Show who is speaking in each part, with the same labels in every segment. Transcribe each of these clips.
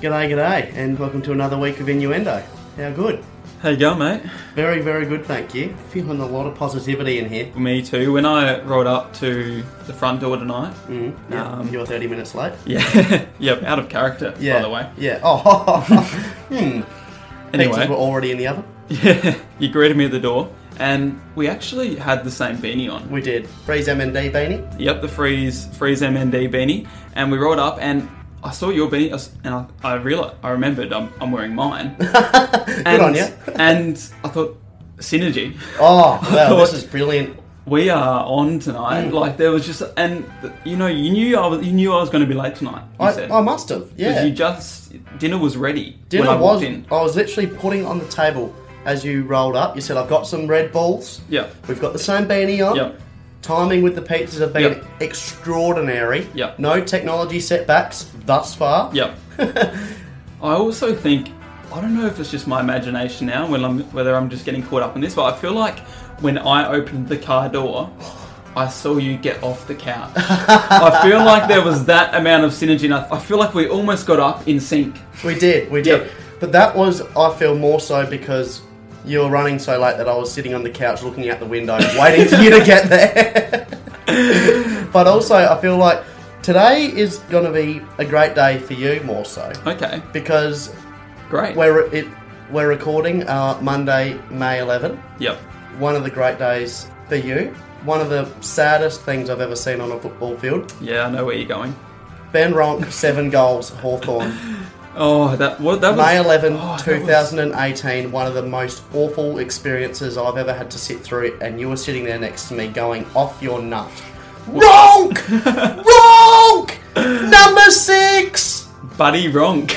Speaker 1: G'day, g'day, and welcome to another week of Innuendo. How good?
Speaker 2: How you going, mate?
Speaker 1: Very, very good, thank you. Feeling a lot of positivity in here.
Speaker 2: Me too. When I rolled up to the front door tonight,
Speaker 1: Mm, yeah,
Speaker 2: Um,
Speaker 1: you're 30 minutes late.
Speaker 2: yeah, yep, out of character,
Speaker 1: Yeah.
Speaker 2: by the way.
Speaker 1: Yeah. Oh, hmm. Pictures were
Speaker 2: Anyway,
Speaker 1: already in the oven.
Speaker 2: yeah, you greeted me at the door, and we actually had the same beanie on.
Speaker 1: We did. Freeze MND beanie.
Speaker 2: Yep, the freeze, freeze MND beanie, and we rolled up, and I saw your beanie, I s- and I, I realized, I remembered I'm, I'm wearing mine.
Speaker 1: Good
Speaker 2: and,
Speaker 1: on you.
Speaker 2: and I thought, synergy.
Speaker 1: Oh, wow, this is brilliant.
Speaker 2: We are on tonight.
Speaker 1: Mm.
Speaker 2: Like there was just, and th- you know, you knew I was, you knew I was going to be late tonight. You
Speaker 1: I,
Speaker 2: said.
Speaker 1: I must have. Yeah.
Speaker 2: Because you just dinner was ready
Speaker 1: Dinner
Speaker 2: when I
Speaker 1: was.
Speaker 2: walked in.
Speaker 1: I was literally putting on the table as you rolled up. You said, "I've got some Red Bulls.
Speaker 2: Yeah.
Speaker 1: We've got the same beanie on.
Speaker 2: Yep.
Speaker 1: Timing with the pizzas have been
Speaker 2: Yep.
Speaker 1: extraordinary.
Speaker 2: Yep.
Speaker 1: No technology setbacks thus far.
Speaker 2: Yep. I also think I don't know if it's just my imagination now when I'm whether I'm just getting caught up in this, but I feel like when I opened the car door, I saw you get off the couch. I feel like there was that amount of synergy, and I, I feel like we almost got up in sync.
Speaker 1: We did. We did.
Speaker 2: Yep.
Speaker 1: But that was, I feel, more so because you were running so late that I was sitting on the couch looking out the window, waiting for you to get there. but also, I feel like today is going to be a great day for you more so
Speaker 2: Okay,
Speaker 1: because
Speaker 2: great.
Speaker 1: We're it, we're recording uh, Monday, May 11.
Speaker 2: Yep.
Speaker 1: One of the great days for you. One of the saddest things I've ever seen on a football field.
Speaker 2: Yeah, I know where you're going.
Speaker 1: Ben Ronk, seven goals, Hawthorn.
Speaker 2: Oh, that what that was
Speaker 1: May 11,
Speaker 2: oh, that was-
Speaker 1: 2018, one of the most awful experiences I've ever had to sit through, and you were sitting there next to me going off your nut. Ronk! Ronk! Number six!
Speaker 2: Buddy Ronk.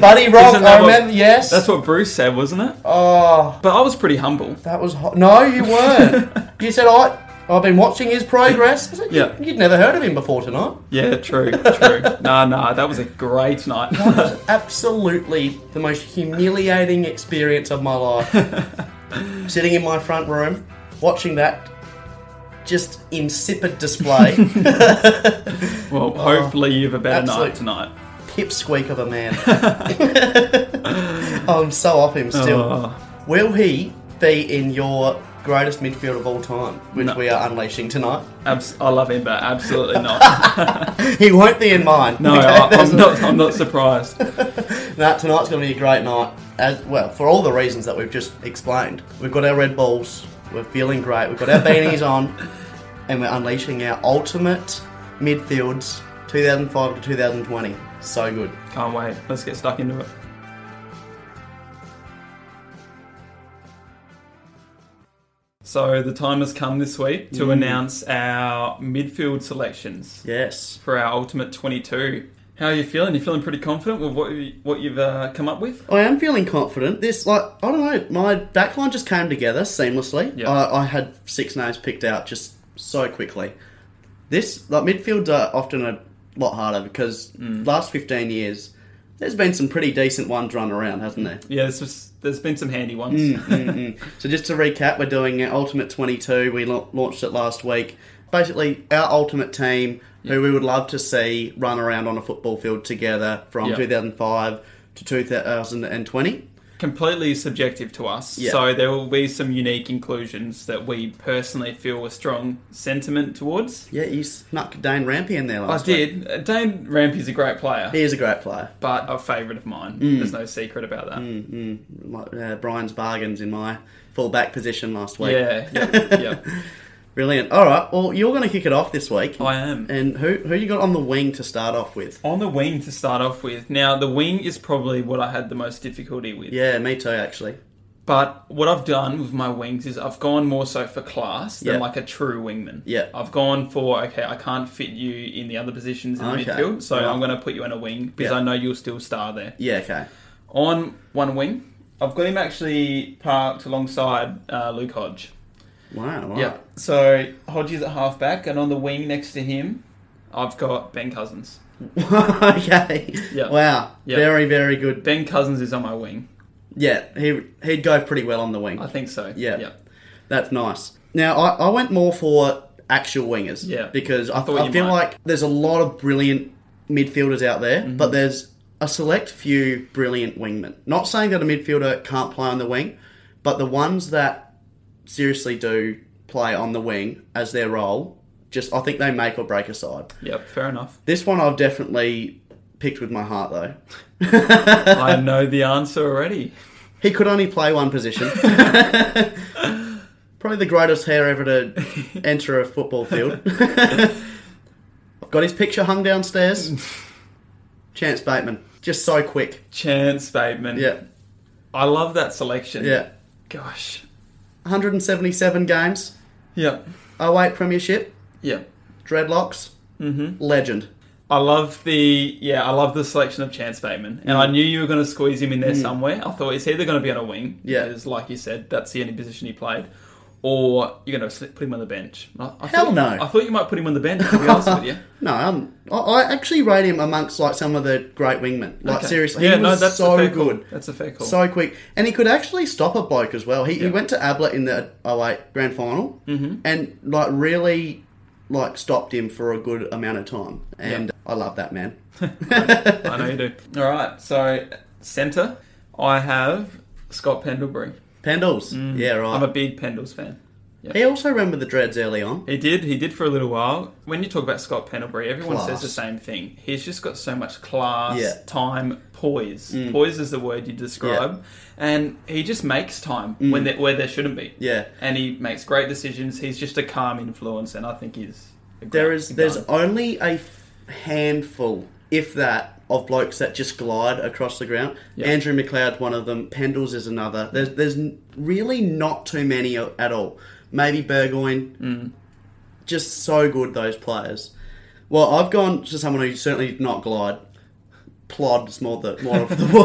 Speaker 1: Buddy Ronk,
Speaker 2: Isn't
Speaker 1: I
Speaker 2: that what-
Speaker 1: remember, yes.
Speaker 2: That's what Bruce said, wasn't it?
Speaker 1: Oh.
Speaker 2: But I was pretty humble.
Speaker 1: That was hot. No, you weren't. you said I. I've been watching his progress. I said, "You-
Speaker 2: Yeah.
Speaker 1: You'd never heard of him before tonight.
Speaker 2: Yeah, true, true. nah, nah, that was a great night.
Speaker 1: Absolutely the most humiliating experience of my life. Sitting in my front room, watching that just insipid display,
Speaker 2: well, hopefully you have a better night
Speaker 1: absolute-
Speaker 2: tonight.
Speaker 1: pipsqueak of a man. I'm so off him still.
Speaker 2: Oh,
Speaker 1: Will he be in your greatest midfield of all time, which
Speaker 2: No.
Speaker 1: we are unleashing tonight?
Speaker 2: abs- I love him, but absolutely not.
Speaker 1: He won't be in mine.
Speaker 2: No,
Speaker 1: Okay,
Speaker 2: I,
Speaker 1: there's
Speaker 2: I'm
Speaker 1: a-
Speaker 2: not. I'm not surprised.
Speaker 1: Now tonight's going to be a great night, as well for all the reasons that we've just explained. We've got our red balls, we're feeling great, we've got our beanies on, and we're unleashing our ultimate midfields, 2005 to 2020. So good.
Speaker 2: Can't wait. Let's get stuck into it. So the time has come this week to announce our midfield selections
Speaker 1: Yes.
Speaker 2: for our ultimate 22. How are you feeling? You feeling pretty confident with what you, what you've uh, come up with?
Speaker 1: I am feeling confident. This, like, I don't know, my backline just came together seamlessly.
Speaker 2: Yeah.
Speaker 1: I, I had six names picked out just so quickly. This, like, midfields are often a lot harder because
Speaker 2: Mm.
Speaker 1: last 15 years, there's been some pretty decent ones run around, hasn't there?
Speaker 2: Yeah, there's, just, there's been some handy ones.
Speaker 1: Mm, So just to recap, we're doing our Ultimate 22. We la- launched it last week. Basically, our Ultimate team, who we would love to see run around on a football field together from
Speaker 2: Yeah.
Speaker 1: 2005 to 2020.
Speaker 2: Completely subjective to us,
Speaker 1: Yeah.
Speaker 2: so there will be some unique inclusions that we personally feel a strong sentiment towards.
Speaker 1: Yeah, you snuck Dane Rampy in there
Speaker 2: I
Speaker 1: last week.
Speaker 2: did. Uh, Dane Rampy's a great player,
Speaker 1: He is a great player.
Speaker 2: but a favourite of mine.
Speaker 1: Mm.
Speaker 2: There's no secret about that.
Speaker 1: Like, uh, Brian's bargains in my fullback position last week.
Speaker 2: Yeah, yeah, yeah.
Speaker 1: Brilliant. All right, well, you're going to kick it off this week.
Speaker 2: I am.
Speaker 1: And who, who you got on the wing to start off with?
Speaker 2: On the wing to start off with. Now, the wing is probably what I had the most difficulty with.
Speaker 1: Yeah, me too, actually.
Speaker 2: But what I've done with my wings is I've gone more so for class than
Speaker 1: Yeah.
Speaker 2: like a true wingman.
Speaker 1: Yeah.
Speaker 2: I've gone for okay, I can't fit you in the other positions in
Speaker 1: Okay.
Speaker 2: the midfield, so
Speaker 1: Right.
Speaker 2: I'm going to put you in a wing because
Speaker 1: Yeah.
Speaker 2: I know you'll still star there.
Speaker 1: Yeah, okay.
Speaker 2: On one wing, I've got him actually parked alongside uh, Luke Hodge.
Speaker 1: Wow, wow.
Speaker 2: Yeah. So Hodge is at halfback, and on the wing next to him, I've got Ben Cousins.
Speaker 1: okay.
Speaker 2: Yeah.
Speaker 1: Wow.
Speaker 2: Yeah.
Speaker 1: Very, very good.
Speaker 2: Ben Cousins is on my wing.
Speaker 1: Yeah, he he'd go pretty well on the wing.
Speaker 2: I think so.
Speaker 1: Yeah.
Speaker 2: Yeah.
Speaker 1: That's nice. Now I, I went more for actual wingers.
Speaker 2: Yeah.
Speaker 1: Because I,
Speaker 2: thought
Speaker 1: I
Speaker 2: you
Speaker 1: feel
Speaker 2: might. Mm-hmm.
Speaker 1: like there's a lot of brilliant midfielders out there, but there's a select few brilliant wingmen. Not saying that a midfielder can't play on the wing, but the ones that seriously do play on the wing as their role, just I think they make or break a side.
Speaker 2: Yep, fair enough.
Speaker 1: This one I've definitely picked with my heart though.
Speaker 2: I know the answer already.
Speaker 1: He could only play one position. Probably the greatest hair ever to enter a football field. I've got his picture hung downstairs. Chance Bateman. Just so quick.
Speaker 2: Chance Bateman.
Speaker 1: Yeah.
Speaker 2: I love that selection.
Speaker 1: Yeah.
Speaker 2: Gosh.
Speaker 1: 177 games.
Speaker 2: Yep.
Speaker 1: 08 Premiership.
Speaker 2: Yep.
Speaker 1: Dreadlocks.
Speaker 2: Mhm.
Speaker 1: Legend.
Speaker 2: I love the yeah, I love the selection of Chance Bateman, and
Speaker 1: Mm.
Speaker 2: I knew you were going to squeeze him in there somewhere. I thought he's either going to be on a wing,
Speaker 1: Yeah.
Speaker 2: because like you said, that's the only position he played, or you're going to slip, put him on the bench. I, I
Speaker 1: Hell
Speaker 2: thought,
Speaker 1: no.
Speaker 2: I thought you might put him on the bench. To be honest with you,
Speaker 1: No, um, I, I actually rate him amongst like some of the great wingmen. Like
Speaker 2: Okay.
Speaker 1: seriously, he
Speaker 2: yeah,
Speaker 1: was
Speaker 2: no, that's
Speaker 1: so
Speaker 2: a fair call.
Speaker 1: good,
Speaker 2: That's a fair call.
Speaker 1: so quick, and he could actually stop a bloke as well. He, he
Speaker 2: Yeah. Mm-hmm.
Speaker 1: went to Ablett in the 08 grand final, and like really like stopped him for a good amount of time. And I love that man.
Speaker 2: I know you do. All right, so centre, I have Scott Pendlebury.
Speaker 1: Pendles, yeah, right.
Speaker 2: Mm. I'm a big Pendles fan. Yeah.
Speaker 1: he also remembered the dreads early on.
Speaker 2: He did. He did for a little while. When you talk about Scott Pendlebury, everyone says
Speaker 1: Class.
Speaker 2: the same thing. He's just got so much class,
Speaker 1: Yeah. Mm.
Speaker 2: time, poise. Poise is the word you describe, and he just makes time when there, where there shouldn't be.
Speaker 1: Mm. Yeah.
Speaker 2: and he makes great decisions. He's just a calm influence, and I think he's a great
Speaker 1: There is there's
Speaker 2: guy.
Speaker 1: only a f- handful, if that, of blokes that just glide across the ground.
Speaker 2: Yeah.
Speaker 1: Andrew McLeod's one of them. Pendles is another. There's there's n- really not too many o- at all. Maybe Burgoyne.
Speaker 2: Mm.
Speaker 1: Just so good those players. Well, I've gone to someone who's certainly not glide. Plod's more the more of the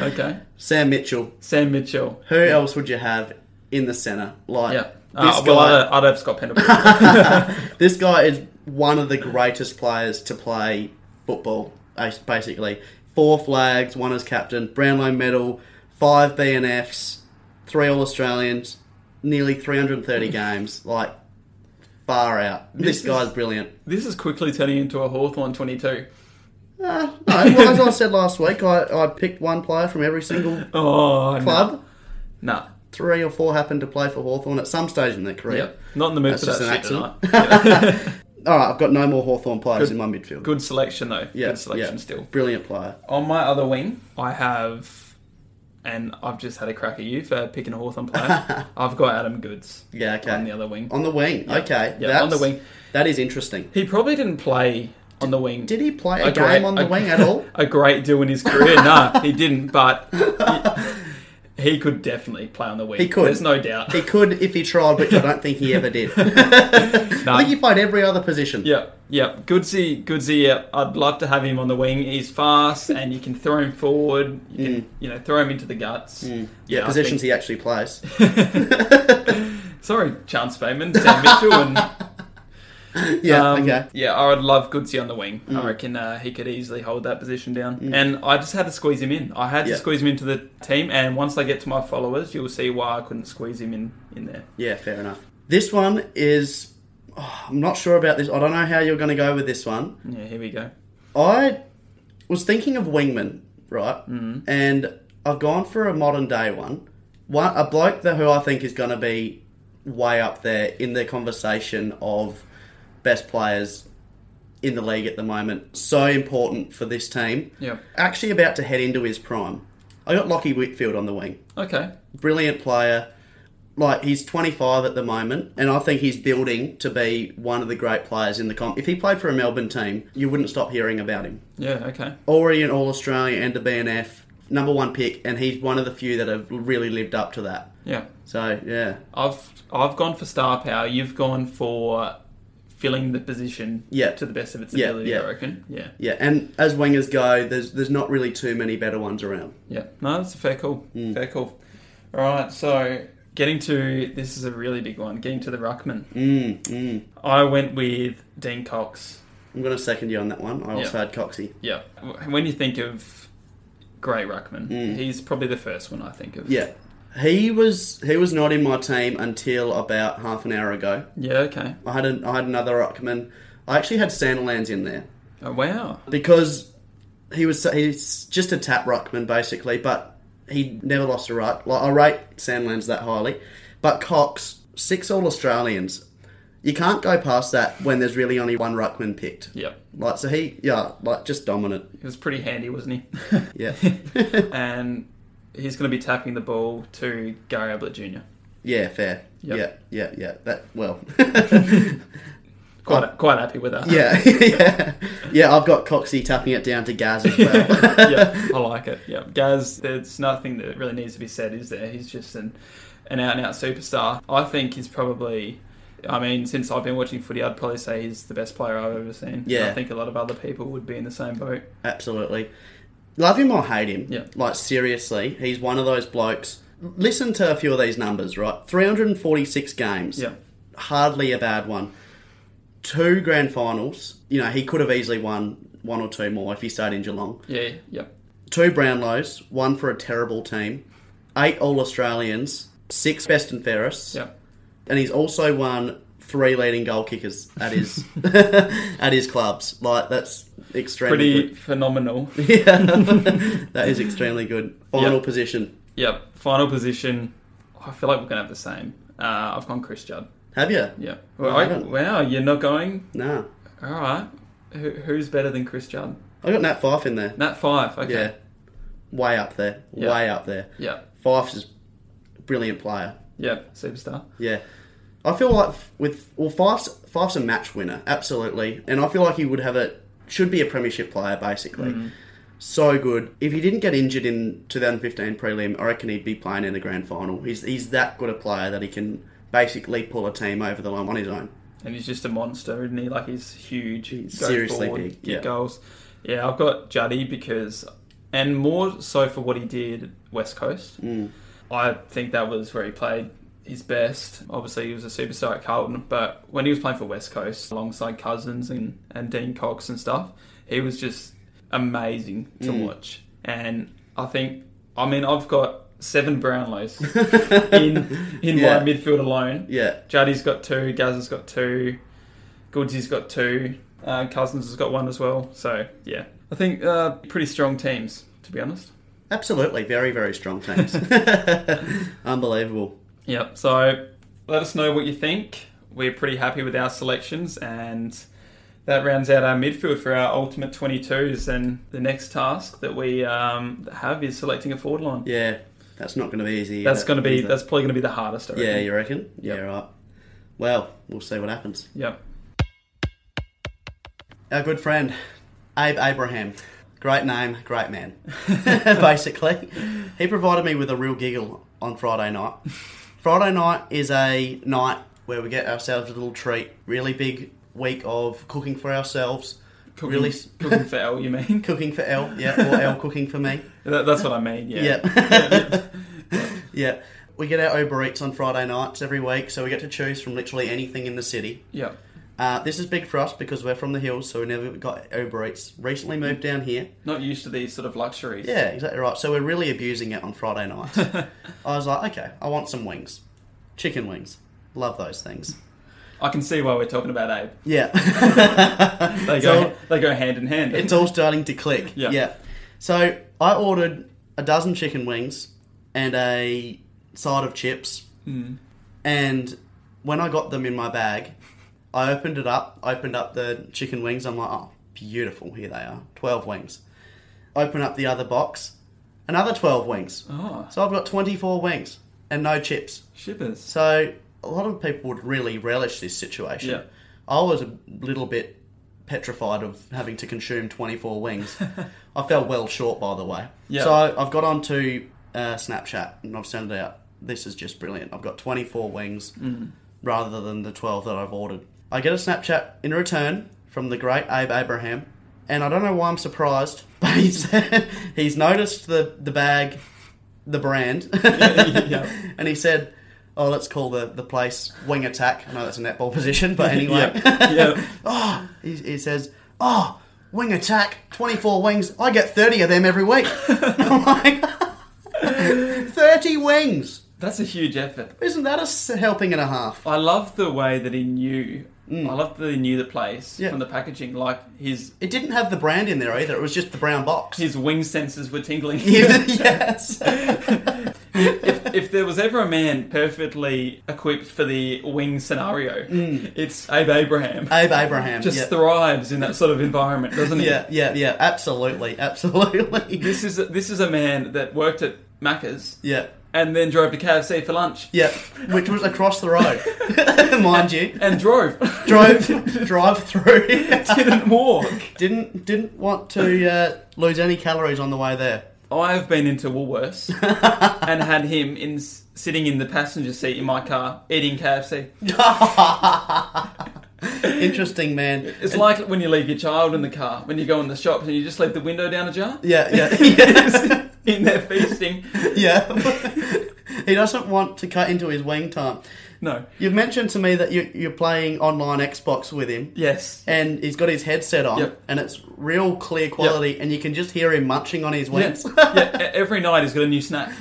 Speaker 1: word.
Speaker 2: okay.
Speaker 1: Sam Mitchell.
Speaker 2: Sam Mitchell.
Speaker 1: Who else would you have in the centre? Like
Speaker 2: Yeah.
Speaker 1: this
Speaker 2: Uh, well,
Speaker 1: guy.
Speaker 2: I'd, have- I'd have Scott Pendlebury.
Speaker 1: This guy is one of the greatest players to play football, as- basically. Four flags, one as captain, Brownlow medal, five BNFs, three All Australians, nearly 330 games. Like, far out. This,
Speaker 2: This is-
Speaker 1: guy's brilliant.
Speaker 2: this is quickly turning into a Hawthorn 22.
Speaker 1: Uh, no, well, as I said last week, I, I picked one player from every single
Speaker 2: Oh,
Speaker 1: club.
Speaker 2: No. Nah.
Speaker 1: Three or four happened to play for Hawthorn at some stage in their career.
Speaker 2: Yep. Not in the mood
Speaker 1: That's
Speaker 2: for
Speaker 1: just
Speaker 2: that
Speaker 1: an
Speaker 2: shit tonight. Yeah.
Speaker 1: All right, I've got no more Hawthorn players
Speaker 2: Good-
Speaker 1: in my midfield.
Speaker 2: Good selection though.
Speaker 1: Yeah,
Speaker 2: Good selection
Speaker 1: yeah.
Speaker 2: still.
Speaker 1: Brilliant player.
Speaker 2: On my other wing, I have, and I've just had a crack at you for picking a Hawthorn player. I've got Adam Goods
Speaker 1: Yeah, okay.
Speaker 2: on the other wing.
Speaker 1: On the wing, okay.
Speaker 2: Yeah,
Speaker 1: that's-
Speaker 2: on the wing.
Speaker 1: That is interesting.
Speaker 2: He probably didn't play on the wing.
Speaker 1: Did he play a,
Speaker 2: a
Speaker 1: game
Speaker 2: great-
Speaker 1: on the
Speaker 2: a-
Speaker 1: wing at all?
Speaker 2: A great deal in his career. no, he didn't. But he, he could definitely play on the wing.
Speaker 1: He could.
Speaker 2: There's no doubt.
Speaker 1: He could if he tried, which I don't think he ever did. I
Speaker 2: No.
Speaker 1: think he played every other position.
Speaker 2: Yeah, yeah. Goodsy, Goodsy. Yeah, I'd love to have him on the wing. He's fast, and you can throw him forward. You can, you know, throw him into the guts.
Speaker 1: Mm. Yeah,
Speaker 2: I
Speaker 1: positions
Speaker 2: think-
Speaker 1: he actually plays.
Speaker 2: Sorry, Chance Bateman, Sam Mitchell, and
Speaker 1: Yeah,
Speaker 2: Um,
Speaker 1: okay. Mm.
Speaker 2: Yeah, I would love Goodsy on the wing. I reckon uh, he could easily hold that position down. And I just had to squeeze him in. I had to
Speaker 1: Yeah.
Speaker 2: squeeze him into the team. And once I get to my followers, you'll see why I couldn't squeeze him in in there.
Speaker 1: Yeah, fair enough. This one is. oh, I'm not sure about this. I don't know how you're going to go with this one.
Speaker 2: Yeah, here we go.
Speaker 1: I was thinking of wingman, right? And I've gone for a modern day one. One a bloke that who I think is going to be way up there in the conversation of best players in the league at the moment. So important for this team.
Speaker 2: Yeah.
Speaker 1: Actually, about to head into his prime. I got Lockie Whitfield on the wing.
Speaker 2: Okay.
Speaker 1: Brilliant player. Like he's 25 at the moment, and I think he's building to be one of the great players in the comp. If he played for a Melbourne team, you wouldn't stop hearing about him
Speaker 2: Yeah. Okay.
Speaker 1: already an All Australia and a BNF, number one pick, and he's one of the few that have really lived up to that.
Speaker 2: Yeah.
Speaker 1: So yeah,
Speaker 2: I've I've gone for star power. You've gone for filling the position
Speaker 1: Yeah.
Speaker 2: to the best of its
Speaker 1: Yeah,
Speaker 2: ability.
Speaker 1: yeah.
Speaker 2: I reckon. Yeah.
Speaker 1: yeah. And as wingers go, there's there's not really too many better ones around.
Speaker 2: Yeah. No, that's a fair call.
Speaker 1: Mm.
Speaker 2: Fair call. All right. So getting to this is a really big one. Getting to the ruckman.
Speaker 1: Mm, mm.
Speaker 2: I went with Dean Cox.
Speaker 1: I'm gonna second you on that one. I also had Coxie.
Speaker 2: Yeah. When you think of Gray Ruckman, he's probably the first one I think of.
Speaker 1: Mm. Yeah, he was he was not in my team until about half an hour ago.
Speaker 2: Yeah, okay.
Speaker 1: I had an, I had another Ruckman. I actually had Sandilands in there
Speaker 2: Oh, wow.
Speaker 1: because he was he's just a tap ruckman basically, but he never lost a ruck. Like I rate Sandlands that highly, but Cox six All Australians. You can't go past that when there's really only one ruckman picked.
Speaker 2: Yep.
Speaker 1: Like so he yeah like just dominant
Speaker 2: He was pretty handy, wasn't he?
Speaker 1: yeah
Speaker 2: and he's going to be tapping the ball to Gary Ablett Jr.
Speaker 1: yeah fair
Speaker 2: Yep.
Speaker 1: yeah yeah yeah that well
Speaker 2: Quite, quite happy with that.
Speaker 1: yeah yeah yeah I've got Coxie tapping it down to Gaz as well.
Speaker 2: yeah, I like it. Yeah, Gaz, there's nothing that really needs to be said, is there? He's just an an out and out superstar. I think he's probably. I mean, since I've been watching footy, I'd probably say he's the best player I've ever seen. And
Speaker 1: Yeah.
Speaker 2: I think a lot of other people would be in the same boat.
Speaker 1: Absolutely. Love him or hate him.
Speaker 2: Yeah.
Speaker 1: Like, seriously, he's one of those blokes. Listen to a few of these numbers, right? 346 games.
Speaker 2: Yeah.
Speaker 1: Hardly a bad one. Two grand finals. You know, he could have easily won one or two more if he stayed in Geelong.
Speaker 2: Yeah, yeah.
Speaker 1: Two Brownlows, one for a terrible team. Eight All Australians, six best and fairest.
Speaker 2: Yeah.
Speaker 1: And he's also won three leading goal kickers at his at his clubs. Like that's extremely good.
Speaker 2: Pretty phenomenal.
Speaker 1: Yeah, that is extremely good. Final
Speaker 2: Yep.
Speaker 1: position.
Speaker 2: Yep. Final position. I feel like we're going to have the same. Uh, I've gone Chris Judd.
Speaker 1: Have you?
Speaker 2: Yeah. Well,
Speaker 1: I
Speaker 2: I-
Speaker 1: haven't.
Speaker 2: wow, you're not going?
Speaker 1: Nah.
Speaker 2: All right. Who, who's better than Chris Judd?
Speaker 1: I got Nat Fife in there.
Speaker 2: Nat Five. Okay.
Speaker 1: Yeah. Way up there.
Speaker 2: Yeah.
Speaker 1: Way up there.
Speaker 2: Yeah.
Speaker 1: Fife's is a brilliant player.
Speaker 2: Yeah. Superstar.
Speaker 1: Yeah. I feel like with well Fife's Fife's a match winner, absolutely. And I feel like he would have a should be a premiership player basically.
Speaker 2: Mm-hmm.
Speaker 1: So good. If he didn't get injured in 2015 prelim, I reckon he'd be playing in the grand final. He's he's that good a player that he can basically pull a team over the line on his own.
Speaker 2: And he's just a monster, isn't he? Like he's huge.
Speaker 1: He's
Speaker 2: goes
Speaker 1: seriously
Speaker 2: forward,
Speaker 1: big,
Speaker 2: kick
Speaker 1: yeah.
Speaker 2: Goals. Yeah, I've got Juddy because, and more so for what he did at West Coast.
Speaker 1: Mm.
Speaker 2: I think that was where he played his best. Obviously, he was a superstar at Carlton, but when he was playing for West Coast alongside Cousins and, and Dean Cox and stuff, he was just amazing to
Speaker 1: Mm.
Speaker 2: watch. And I think, I mean, I've got seven Brownlows in in
Speaker 1: Yeah.
Speaker 2: my midfield alone.
Speaker 1: Yeah.
Speaker 2: Juddy's got two, Gazza's got two, Goodsy's got two, uh, Cousins has got one as well. So yeah, I think uh, pretty strong teams to be honest.
Speaker 1: Absolutely, very very strong teams. Unbelievable.
Speaker 2: Yep. So let us know what you think. We're pretty happy with our selections, and that rounds out our midfield for our ultimate twenty-twos. And the next task that we um, have is selecting a forward line.
Speaker 1: Yeah, that's not going to be easy.
Speaker 2: That's
Speaker 1: that-
Speaker 2: going to be
Speaker 1: is it?
Speaker 2: that's probably going to be the hardest. I reckon.
Speaker 1: yeah, you reckon?
Speaker 2: Yep.
Speaker 1: Yeah, right. Well, we'll see what happens.
Speaker 2: Yep.
Speaker 1: Our good friend Abe Abraham, great name, great man. Basically, he provided me with a real giggle on Friday night. Friday night is a night where we get ourselves a little treat. Really big week of cooking for ourselves.
Speaker 2: Cooking,
Speaker 1: Really s-
Speaker 2: cooking for L, you mean?
Speaker 1: cooking for L, yeah, or L cooking for me.
Speaker 2: That- that's what I mean. Yeah.
Speaker 1: Yeah. yeah. We get our Uber Eats on Friday nights every week, so we get to choose from literally anything in the city.
Speaker 2: Yep.
Speaker 1: Uh, this is big for us because we're from the hills, so we never got Uber Eats. Recently moved
Speaker 2: Mm-hmm.
Speaker 1: down here.
Speaker 2: Not used to these sort of luxuries.
Speaker 1: Yeah, exactly right. So we're really abusing it on Friday nights. I was like, okay, I want some wings. Chicken wings. Love those things.
Speaker 2: I can see why we're talking about Abe.
Speaker 1: Yeah.
Speaker 2: They go
Speaker 1: So-
Speaker 2: they go hand in hand.
Speaker 1: it's all starting to click.
Speaker 2: Yeah.
Speaker 1: So I ordered a dozen chicken wings and a side of chips. And when I got them in my bag, I opened it up, opened up the chicken wings. I'm like, oh, beautiful. Here they are. 12 wings. Open up the other box, another 12 wings.
Speaker 2: oh,
Speaker 1: So I've got 24 wings and no chips.
Speaker 2: shippers.
Speaker 1: So a lot of people would really relish this situation.
Speaker 2: Yeah.
Speaker 1: I was a little bit petrified of having to consume 24 wings. I fell well short, by the way.
Speaker 2: Yeah.
Speaker 1: So I- I've got onto uh, Snapchat and I've sent it out. This is just brilliant. I've got 24 wings
Speaker 2: Mm.
Speaker 1: rather than the 12 that I've ordered. I get a Snapchat in return from the great Abe Abraham, and I don't know why I'm surprised, but he's, he's noticed the, the bag, the brand,
Speaker 2: Yeah.
Speaker 1: and he said, "Oh, let's call the, the place wing attack. I know that's a netball position, but anyway."
Speaker 2: Yeah. yeah.
Speaker 1: oh, he, he says, "Oh, wing attack. Twenty four wings. I get thirty of them every week." I'm like, thirty wings.
Speaker 2: That's a huge effort.
Speaker 1: Isn't that a s- helping and a half?
Speaker 2: I love the way that he knew I love that he knew the place
Speaker 1: Mm. Yeah.
Speaker 2: from the packaging. Like his
Speaker 1: It didn't have the brand in there either. It was just the brown box.
Speaker 2: his wing sensors were tingling.
Speaker 1: yes.
Speaker 2: if, if there was ever a man perfectly equipped for the wing scenario, it's Abe Abraham.
Speaker 1: Mm. Abe Abraham.
Speaker 2: Just
Speaker 1: yeah.
Speaker 2: thrives in that sort of environment, doesn't he?
Speaker 1: yeah, yeah, yeah. Absolutely, absolutely.
Speaker 2: This is a, this is a man that worked at Macca's
Speaker 1: yeah,
Speaker 2: and then drove to KFC for lunch
Speaker 1: yeah. Which was across the road, mind you.
Speaker 2: and drove.
Speaker 1: Drove, drive through.
Speaker 2: Didn't walk.
Speaker 1: didn't didn't want to uh, lose any calories on the way there.
Speaker 2: I've been into Woolworths and had him in sitting in the passenger seat in my car eating KFC.
Speaker 1: Interesting man.
Speaker 2: It's like when you leave your child in the car when you go in the shops and you just leave the window down ajar.
Speaker 1: Yeah, yeah, yeah.
Speaker 2: in there feasting.
Speaker 1: yeah. he doesn't want to cut into his wing time.
Speaker 2: No.
Speaker 1: You've mentioned to me that you, you're playing online Xbox with him.
Speaker 2: Yes.
Speaker 1: And he's got his headset on,
Speaker 2: Yep.
Speaker 1: and it's real clear quality, and you can just hear him munching on his
Speaker 2: Yeah.
Speaker 1: wings.
Speaker 2: yeah. e- Every night he's got a new snack.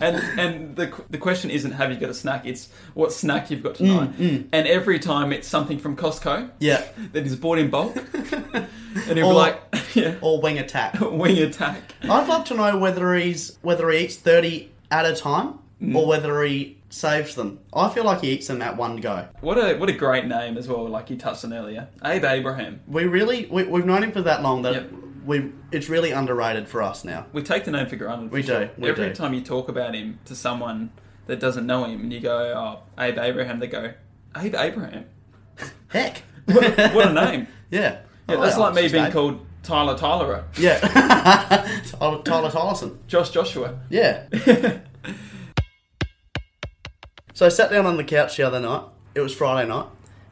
Speaker 2: and and the, qu- the question isn't have you got a snack, it's what snack you've
Speaker 1: Mm,
Speaker 2: got tonight. And every time it's something from Costco
Speaker 1: Yeah,
Speaker 2: that is bought in bulk. and he'll
Speaker 1: Or-
Speaker 2: be like, yeah,
Speaker 1: or wing attack.
Speaker 2: wing attack.
Speaker 1: I'd love to know whether he's whether he eats thirty at a time
Speaker 2: Mm.
Speaker 1: or whether he saves them. I feel like he eats them at one go.
Speaker 2: What a what a great name as well, like you touched on earlier. Abe Abraham.
Speaker 1: We really we, we've known him for that long that
Speaker 2: Yep.
Speaker 1: we it's really underrated for us now.
Speaker 2: We take the name for granted.
Speaker 1: We do, we
Speaker 2: Every
Speaker 1: do.
Speaker 2: time you talk about him to someone that doesn't know him and you go, oh, Abe Abraham, they go, Abe Abraham.
Speaker 1: Heck,
Speaker 2: What, what a name.
Speaker 1: yeah,
Speaker 2: Yeah,
Speaker 1: Oh,
Speaker 2: that's
Speaker 1: yeah,
Speaker 2: like me
Speaker 1: it's
Speaker 2: being
Speaker 1: just
Speaker 2: called Tyler Tyler,
Speaker 1: eight. yeah, Tyler, Tyler Tolleson.
Speaker 2: Josh Joshua.
Speaker 1: Yeah. so I sat down on the couch the other night. It was Friday night.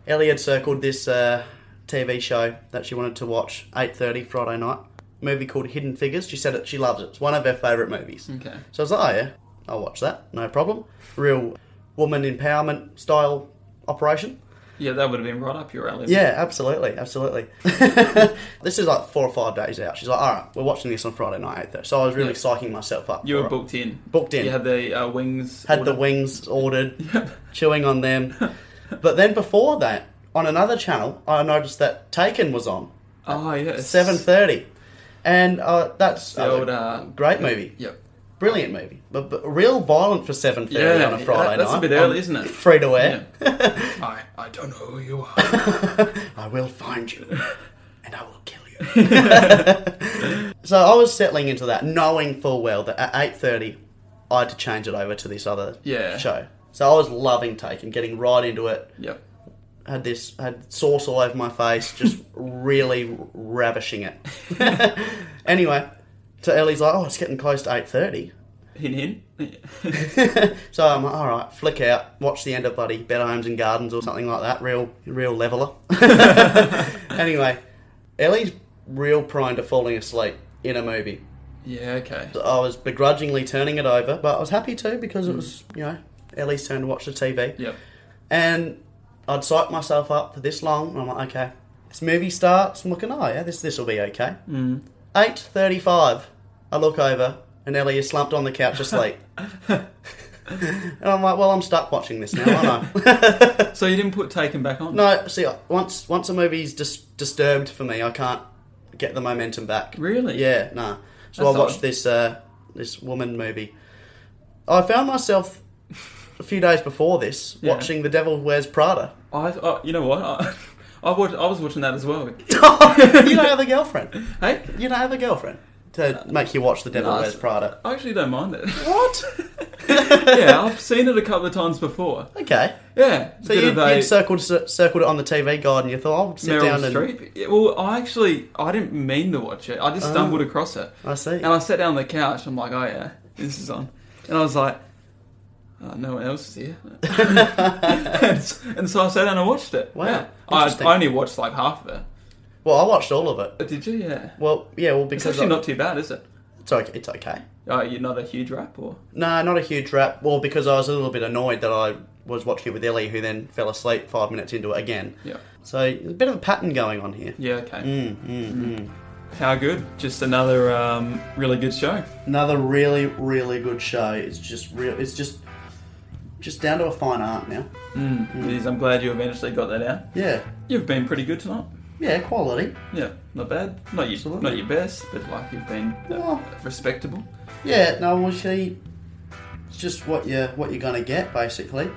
Speaker 1: Ellie had circled this uh, TV show that she wanted to watch 8:30 Friday night. A movie called Hidden Figures. She said it. She loves it. It's one of her favourite movies.
Speaker 2: Okay.
Speaker 1: So I was like, oh yeah, I'll watch that. No problem. Real woman empowerment style operation.
Speaker 2: Yeah, that would have been right up your alley.
Speaker 1: Yeah, absolutely, absolutely. this is like four or five days out. She's like, all right, we're watching this on Friday night 8:30. So I was really
Speaker 2: Yeah.
Speaker 1: psyching myself up.
Speaker 2: You were
Speaker 1: for it.
Speaker 2: booked in.
Speaker 1: Booked in.
Speaker 2: You had the uh, wings.
Speaker 1: had the
Speaker 2: order.
Speaker 1: wings ordered, chewing on them. But then before that, on another channel, I noticed that Taken was on
Speaker 2: Oh, yeah.
Speaker 1: seven thirty, and uh, that's
Speaker 2: The
Speaker 1: uh,
Speaker 2: old, uh,
Speaker 1: great movie,
Speaker 2: Yep.
Speaker 1: brilliant movie, but, but real violent for seven thirty
Speaker 2: Yeah,
Speaker 1: on a
Speaker 2: yeah,
Speaker 1: Friday
Speaker 2: that's a
Speaker 1: night. Um,
Speaker 2: bit early,
Speaker 1: on
Speaker 2: isn't it?
Speaker 1: Free to air.
Speaker 2: I, I don't know who you are.
Speaker 1: I will find you, and I will kill you. so I was settling into that, knowing full well that at eight thirty, I had to change it over to this other
Speaker 2: Yeah.
Speaker 1: show. So I was loving Taken, getting right into it.
Speaker 2: yep.
Speaker 1: had this had sauce all over my face, just really ravishing it. anyway, so Ellie's like, "Oh, it's getting close to eight 30
Speaker 2: Hint, hint.
Speaker 1: so I'm like, "All right, flick out, watch the end of bloody Better Homes and Gardens or something like that." Real, real leveler. anyway, Ellie's real prone to falling asleep in a movie.
Speaker 2: yeah, okay.
Speaker 1: I was begrudgingly turning it over, but I was happy to because it was, you know, Ellie's turn to watch the TV.
Speaker 2: Yep.
Speaker 1: And I'd psyched myself up for this long, and I'm like, okay, this movie starts. I'm looking, oh yeah, this this will be okay.
Speaker 2: Mm.
Speaker 1: Eight thirty-five. I look over, and Ellie is slumped on the couch asleep. and I'm like, well, I'm stuck watching this now, aren't I?
Speaker 2: So you didn't put Taken back on?
Speaker 1: no, see, once once a movie's dis- disturbed for me, I can't get the momentum back.
Speaker 2: Really?
Speaker 1: Yeah, nah. So
Speaker 2: That's
Speaker 1: I watched
Speaker 2: odd.
Speaker 1: this uh, this woman movie. I found myself a few days before this
Speaker 2: Yeah.
Speaker 1: watching The Devil Wears Prada.
Speaker 2: I, I, you know what? I, I, watched, I was watching that as well.
Speaker 1: you don't have a girlfriend.
Speaker 2: Hey?
Speaker 1: You don't have a girlfriend to make you watch The Devil
Speaker 2: no,
Speaker 1: Wears
Speaker 2: it's-
Speaker 1: Prada.
Speaker 2: I actually don't mind it.
Speaker 1: What?
Speaker 2: yeah, I've seen it a couple of times before.
Speaker 1: Okay.
Speaker 2: Yeah.
Speaker 1: So
Speaker 2: bit
Speaker 1: you,
Speaker 2: of a-
Speaker 1: you circled cir- circled it on the TV guide, and you thought I'll sit
Speaker 2: Meryl
Speaker 1: down and
Speaker 2: Streep. Yeah, Well, I actually I didn't mean to watch it.
Speaker 1: Oh.
Speaker 2: I just stumbled across it,
Speaker 1: I see.
Speaker 2: and I sat down on the couch. I'm like, oh yeah, this is on, and I was like, oh, no one else is here, and, s- and so I sat down and watched it.
Speaker 1: Wow,
Speaker 2: Yeah. I,
Speaker 1: interesting.
Speaker 2: I only watched like half of it.
Speaker 1: Well, I watched all of it.
Speaker 2: But Oh, did you? Yeah.
Speaker 1: Well, yeah, well
Speaker 2: It's
Speaker 1: because
Speaker 2: actually
Speaker 1: I-
Speaker 2: not too bad, is it?
Speaker 1: it's okay. It's okay.
Speaker 2: Oh, you're not a huge rap, or
Speaker 1: No, not a huge rap. Well, because I was a little bit annoyed that I was watching it with Ellie, who then fell asleep five minutes into it again.
Speaker 2: yeah,
Speaker 1: So there's a bit of a pattern going on here. Mm,
Speaker 2: yeah, okay. How good? Just another um, really good show.
Speaker 1: Another really, really good show. It's just real. It's just just down to a fine art now.
Speaker 2: Mm, It is. I'm glad you eventually got that out.
Speaker 1: Yeah,
Speaker 2: You've been pretty good tonight.
Speaker 1: yeah, quality.
Speaker 2: Yeah, not bad. Not your,
Speaker 1: Absolutely.
Speaker 2: not your best, but like you've been uh,
Speaker 1: Well.
Speaker 2: respectable.
Speaker 1: Yeah, no, well, she. It's just what you what you're gonna get basically,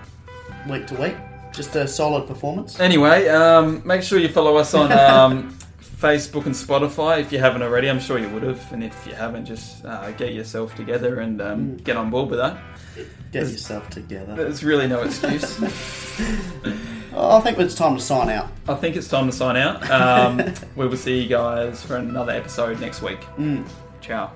Speaker 1: week to week. Just a solid performance.
Speaker 2: Anyway, um, make sure you follow us on um, Facebook and Spotify if you haven't already. I'm sure you would have, and if you haven't, just uh, get yourself together and um, get on board with that.
Speaker 1: Get yourself together.
Speaker 2: There's really no excuse.
Speaker 1: Oh, I think it's time to sign out.
Speaker 2: I think it's
Speaker 1: Mm.
Speaker 2: time to sign out. Um, we will see you guys for another episode next week. Ciao.